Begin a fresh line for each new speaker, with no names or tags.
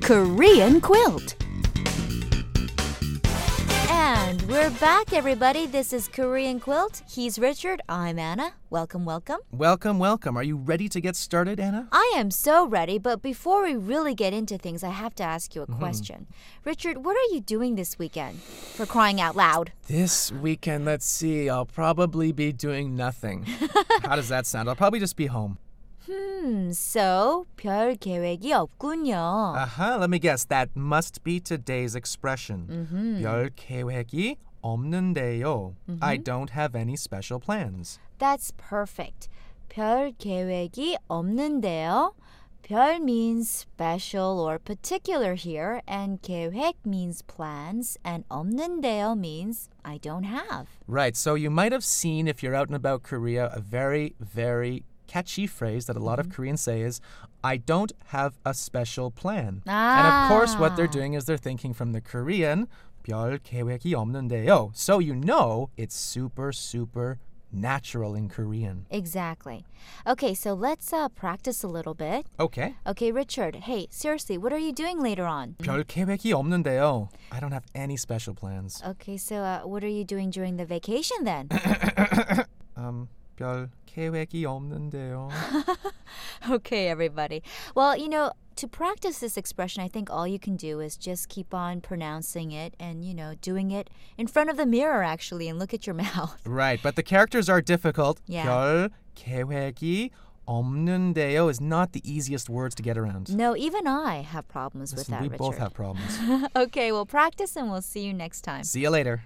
Korean quilt.
And we're back, everybody. This is Korean Quilt. He's Richard. I'm Anna. Welcome, welcome.
Welcome, welcome. Are you ready to get started, Anna?
I am so ready, but before we really get into things, I have to ask you a question. Richard, what are you doing this weekend? For crying out loud.
This weekend, let's see, I'll probably be doing nothing. How does that sound? I'll probably just be home.
Hmm, so, 별 계획이 없군요.
Uh huh, let me guess. That must be today's expression. Mm-hmm. 별 계획이 없는데요. I don't have any special plans.
That's perfect. 별 계획이 없는데요. 별 means special or particular here, and 계획 means plans, and 없는데요 means I don't have.
Right, so you might have seen if you're out and about Korea a very, very catchy phrase that a lot of Koreans say is, I don't have a special plan. And of course, what they're doing is they're thinking from the Korean, 별 계획이 없는데요. So you know it's super, super natural in Korean.
Exactly. Okay, so let's uh, practice a little bit.
Okay.
Okay, Richard, hey, seriously, what are you doing later on?
별 계획이 없는데요. I don't have any special plans.
Okay, so uh, what are you doing during the vacation then?
Um, 별 계획이 없는데요.
okay, everybody. Well, you know, to practice this expression, I think all you can do is just keep on pronouncing it and, you know, doing it in front of the mirror actually and look at your mouth.
Right, but the characters are difficult.
Yeah.
별 계획이 없는데요 is not the easiest words to get around.
No, even I have problems with that,
we
Richard.
both have problems.
okay, well, practice and we'll see you next time.
See you later.